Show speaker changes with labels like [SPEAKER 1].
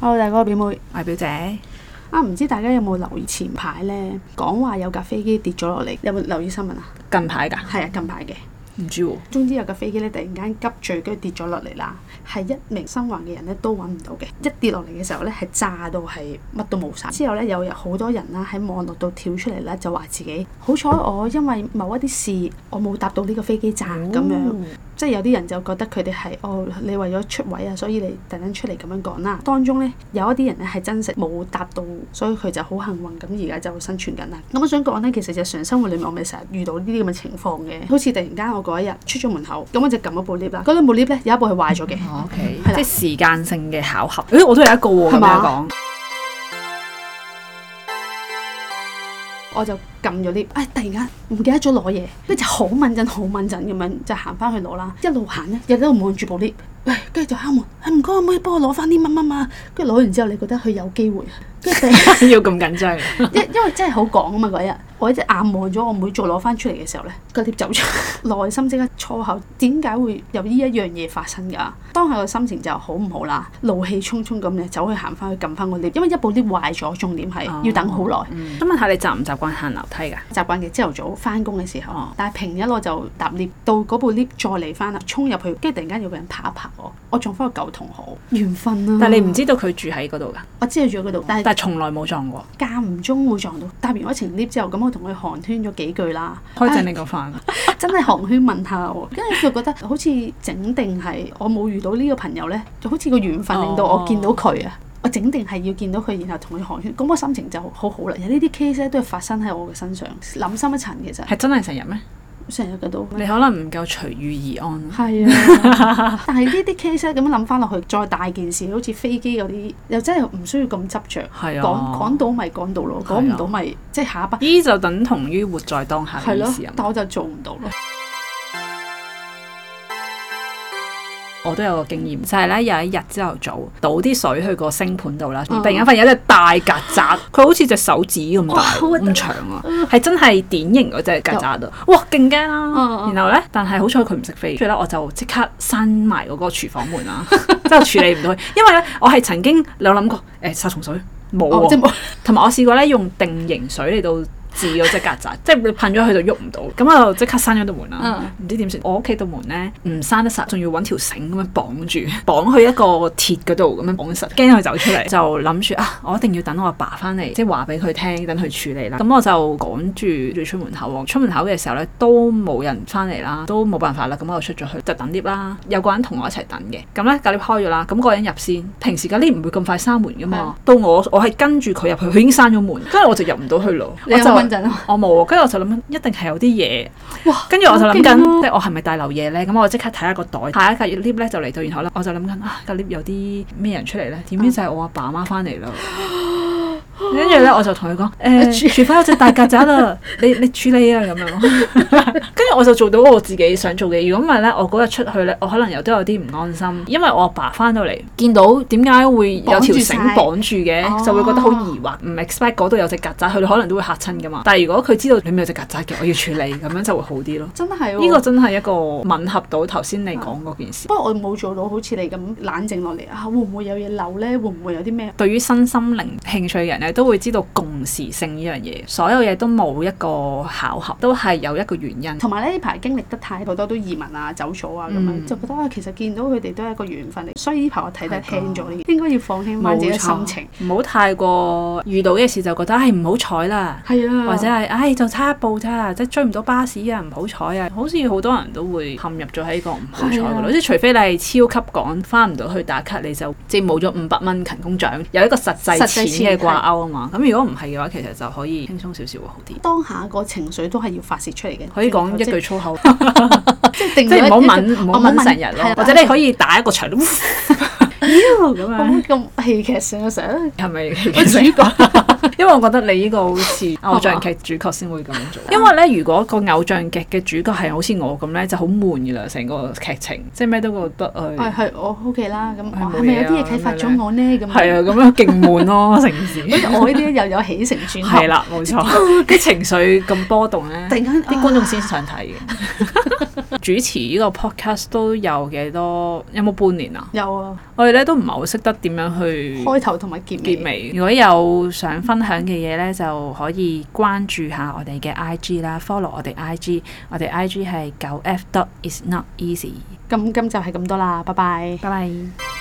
[SPEAKER 1] 我大哥表妹
[SPEAKER 2] 我係表姐，
[SPEAKER 1] 啊，唔知大家有冇留意前排呢？講話有架飛機跌咗落嚟，有冇留意新聞啊？
[SPEAKER 2] 近排㗎，
[SPEAKER 1] 係啊，近排嘅。
[SPEAKER 2] 唔知喎，
[SPEAKER 1] 總之有架飛機咧，突然間急墜，跟住跌咗落嚟啦。係一名生還嘅人咧都揾唔到嘅。一跌落嚟嘅時候咧，係炸到係乜都冇晒。之後咧，有好多人啦喺網絡度跳出嚟啦，就話自己好彩我因為某一啲事，我冇搭到呢個飛機炸咁樣。
[SPEAKER 2] 哦
[SPEAKER 1] 即係有啲人就覺得佢哋係哦，你為咗出位啊，所以你突然出嚟咁樣講啦。當中咧有一啲人咧係真實冇達到，所以佢就好幸運咁而家就生存緊啦。咁我想講咧，其實日常生活裡面我咪成日遇到呢啲咁嘅情況嘅，好似突然間我嗰一日出咗門口，咁我就撳咗部 lift 啦，嗰兩部 lift 咧有一部係壞咗嘅。
[SPEAKER 2] 哦，OK，
[SPEAKER 1] 係啦
[SPEAKER 2] 即係時間性嘅巧合。誒，我都有一個喎，
[SPEAKER 1] 係
[SPEAKER 2] 咁
[SPEAKER 1] 嘛
[SPEAKER 2] 樣講，
[SPEAKER 1] 我就撳咗 lift，哎，突然間唔記得咗攞嘢，跟住就好敏陣、好敏陣咁樣就行翻去攞啦，一路行咧，又一路望住部 lift，喂，跟住就敲門，哎唔該，可唔可以幫我攞翻啲乜乜乜？跟住攞完之後，你覺得佢有機會，跟住突然
[SPEAKER 2] 要咁緊張，
[SPEAKER 1] 因因為真係好講啊嘛嗰日，我一隻眼望咗我妹做攞翻出嚟嘅時候咧，個 lift 走 咗，內心即刻錯口，點解會有呢一樣嘢發生㗎？當下個心情就好唔好啦，怒氣沖沖咁咧走去行翻去撳翻個 lift，因為一部 lift 壞咗，重點
[SPEAKER 2] 哦
[SPEAKER 1] 係 要等好耐。
[SPEAKER 2] 嗯咁問下你習唔習慣行樓梯㗎？
[SPEAKER 1] 習慣嘅朝頭早翻工嘅時候，
[SPEAKER 2] 哦
[SPEAKER 1] 但係平日我就搭 lift 到嗰部 lift 再嚟翻啦，衝入去，跟住突然間有個人拍一拍我，我撞翻個舊同學，緣分啊！
[SPEAKER 2] 但係你唔，知道佢住喺嗰度㗎，
[SPEAKER 1] 我知道住喺嗰度，但係
[SPEAKER 2] 但係從來冇撞過。
[SPEAKER 1] 間唔中會撞到。搭完一程 lift 之後，咁我同佢寒暄咗幾句啦，
[SPEAKER 2] 開正你個飯，
[SPEAKER 1] 真係寒暄問下我，跟住佢覺得好似整定係我冇遇到呢個朋友呢，就好似個緣分令到
[SPEAKER 2] 哦
[SPEAKER 1] 我見到佢啊。我整定係要見到佢，然後同佢寒暄，咁我心情就好好啦。有呢啲 case 咧都係發生喺我嘅身上，諗深一層其實
[SPEAKER 2] 係真係成日咩？
[SPEAKER 1] 成日嘅都。
[SPEAKER 2] 你可能唔夠隨遇而安。
[SPEAKER 1] 係啊， 但係呢啲 case 咧咁樣諗翻落去，再大件事，好似飛機嗰啲，又真係唔需要咁執着。
[SPEAKER 2] 係
[SPEAKER 1] 講講
[SPEAKER 2] 啊，
[SPEAKER 1] 到咪講到咯，
[SPEAKER 2] 係
[SPEAKER 1] 講
[SPEAKER 2] 啊
[SPEAKER 1] 唔到咪即係下一班。
[SPEAKER 2] 依就等同於活在當下嘅
[SPEAKER 1] 係
[SPEAKER 2] 意
[SPEAKER 1] 咯
[SPEAKER 2] 思，啊嘛
[SPEAKER 1] 但我就做唔到咯。
[SPEAKER 2] 我都有個經驗，就係咧有一日朝頭早倒啲水去個星盤度啦，
[SPEAKER 1] 嗯
[SPEAKER 2] 突然間發現有一隻大曱 甴，佢好似隻手指咁
[SPEAKER 1] 哇
[SPEAKER 2] 大，
[SPEAKER 1] 好核突嗯
[SPEAKER 2] 咁長啊，係真係典型嗰隻曱甴啊！哇，勁驚啦！
[SPEAKER 1] 嗯
[SPEAKER 2] 然後咧，但係好彩佢唔識飛，跟住咧我就即刻閂埋嗰個廚房 門啦，之後處理唔到佢，因為咧我係曾經有諗過誒殺蟲水冇
[SPEAKER 1] 哦即
[SPEAKER 2] 喎
[SPEAKER 1] 係，冇
[SPEAKER 2] 同埋我試過咧用定型水嚟到。治嗰只曱甴，即係你噴咗佢就喐唔到，咁我就即刻閂咗道門啦。
[SPEAKER 1] 嗯
[SPEAKER 2] 唔知點算？我屋企度門咧唔閂得實，仲要揾條繩咁樣綁住， 綁去一個鐵嗰度咁樣綁實，驚佢走出 嚟。就諗住啊，我一定要等我阿爸翻嚟，即係話俾佢聽，等佢處理啦。咁我就趕住要出門口喎。出門口嘅時候咧都冇人翻嚟啦，都冇辦法啦。咁我就出咗去，就等 lift 啦。有個人同我一齊等嘅，咁咧隔 lift 開咗啦，咁、嗰個人入先。平時隔 lift 唔會咁快閂門噶嘛，到我我係跟住佢入去，佢已經閂咗門，跟住我就入唔到去咯。
[SPEAKER 1] 你有
[SPEAKER 2] 我就
[SPEAKER 1] 冇穩陣啊？
[SPEAKER 2] 我冇喎，跟住我就諗緊，一定係有啲嘢。
[SPEAKER 1] 哇
[SPEAKER 2] 跟住我就諗緊，
[SPEAKER 1] 好
[SPEAKER 2] 即係我係咪帶漏嘢咧？咁我即刻睇下個袋，下一架 lift 咧就嚟到，然後咧我就諗緊啊，架 lift 有啲咩人出嚟咧？點知就係我阿爸阿媽翻嚟啦。跟住咧，我就同佢講：誒、廚房有隻大曱甴啦，你你處理啊咁樣咯。跟住我就做到我自己想做嘅。如果唔係咧，我嗰日出去咧，我可能又都有啲唔安心，因為我阿爸翻到嚟見到點解會有條
[SPEAKER 1] 綁住
[SPEAKER 2] 繩
[SPEAKER 1] 晒
[SPEAKER 2] 綁住
[SPEAKER 1] 哦
[SPEAKER 2] 嘅，就會覺得好疑惑，唔 expect 嗰度有隻曱甴，佢哋可能都會嚇親噶嘛。但係如果佢知道裏面有隻曱甴嘅，我要處理，咁樣就會好啲咯。
[SPEAKER 1] 真係喎
[SPEAKER 2] 呢個真係一個吻合到頭先你講嗰件事。
[SPEAKER 1] 不過我冇做到好似你咁冷靜落嚟啊，會唔會有嘢漏呢？會唔會有啲咩？
[SPEAKER 2] 對於身心靈興趣嘅人咧，都會知道共時性呢樣嘢，所有嘢都冇一個巧合，都係有一個原因。
[SPEAKER 1] 同埋咧呢排經歷得太好多都移民啊、走咗啊咁樣，
[SPEAKER 2] 嗯
[SPEAKER 1] 就覺得啊，其實見到佢哋都係一個緣分嚟，所以呢排我睇得
[SPEAKER 2] 係㗎啊
[SPEAKER 1] 輕咗啲，應該要放輕翻自己嘅心情。
[SPEAKER 2] 冇錯，唔好太過遇到嘅事就覺得唉唔好彩啦，
[SPEAKER 1] 係啊，
[SPEAKER 2] 或者係唉就差一步咋，即係追唔到巴士啊，唔好彩啊，好似好多人都會陷入咗喺個唔好彩
[SPEAKER 1] 係
[SPEAKER 2] 嗰
[SPEAKER 1] 啊
[SPEAKER 2] 度，即係除非你係超級趕，翻唔到去打卡，你就即係冇咗五百蚊勤工獎，有一個實際
[SPEAKER 1] 實際
[SPEAKER 2] 錢嘅
[SPEAKER 1] 錢
[SPEAKER 2] 掛鈎啊嘛。咁如果唔係嘅話，其實就可以輕鬆少少會好啲，
[SPEAKER 1] 當下個情緒都係要發泄出嚟嘅，
[SPEAKER 2] 可以講一
[SPEAKER 1] 即係
[SPEAKER 2] 句粗口。
[SPEAKER 1] 即係定
[SPEAKER 2] 即係唔好
[SPEAKER 1] 咗一
[SPEAKER 2] 問
[SPEAKER 1] 一句
[SPEAKER 2] 唔好問成日
[SPEAKER 1] 係啊
[SPEAKER 2] 咯，或者你可以打一 個長咁
[SPEAKER 1] 我
[SPEAKER 2] 樣，
[SPEAKER 1] 咁咁戲劇性嘅成日啊
[SPEAKER 2] 嗯 係咪？
[SPEAKER 1] 個主角
[SPEAKER 2] 因為我覺得你呢個好 似偶像劇主角先會咁樣做。啊因為咧，如果個偶像劇嘅主角係好似我咁咧，就好悶嘅啦，成個劇情，即係咩都覺得哎誒。
[SPEAKER 1] 係係，我好奇啦，咁
[SPEAKER 2] 係
[SPEAKER 1] 我
[SPEAKER 2] 冇
[SPEAKER 1] 係咪有
[SPEAKER 2] 嘢啊
[SPEAKER 1] 啲嘢啟發咗我呢？咁
[SPEAKER 2] 係啊，咁樣勁悶 咯，成件事。
[SPEAKER 1] 樣，我呢啲又有起承轉合
[SPEAKER 2] 係，啦，冇 錯，啲情緒咁波動咧，
[SPEAKER 1] 突然間
[SPEAKER 2] 啲
[SPEAKER 1] 啊
[SPEAKER 2] 觀眾先想睇嘅。啊 主持呢個 podcast 都有幾多？有冇半年啊？
[SPEAKER 1] 有啊，
[SPEAKER 2] 我哋咧都唔係好識得點樣去
[SPEAKER 1] 開頭同埋結
[SPEAKER 2] 結
[SPEAKER 1] 尾。
[SPEAKER 2] 尾。如果有想分享嘅嘢咧，就可以關注下我哋嘅 IG 啦，follow 我哋 IG，我哋 IG 係九 F dot is not easy。
[SPEAKER 1] 咁今集係咁多啦，拜拜。
[SPEAKER 2] 拜拜。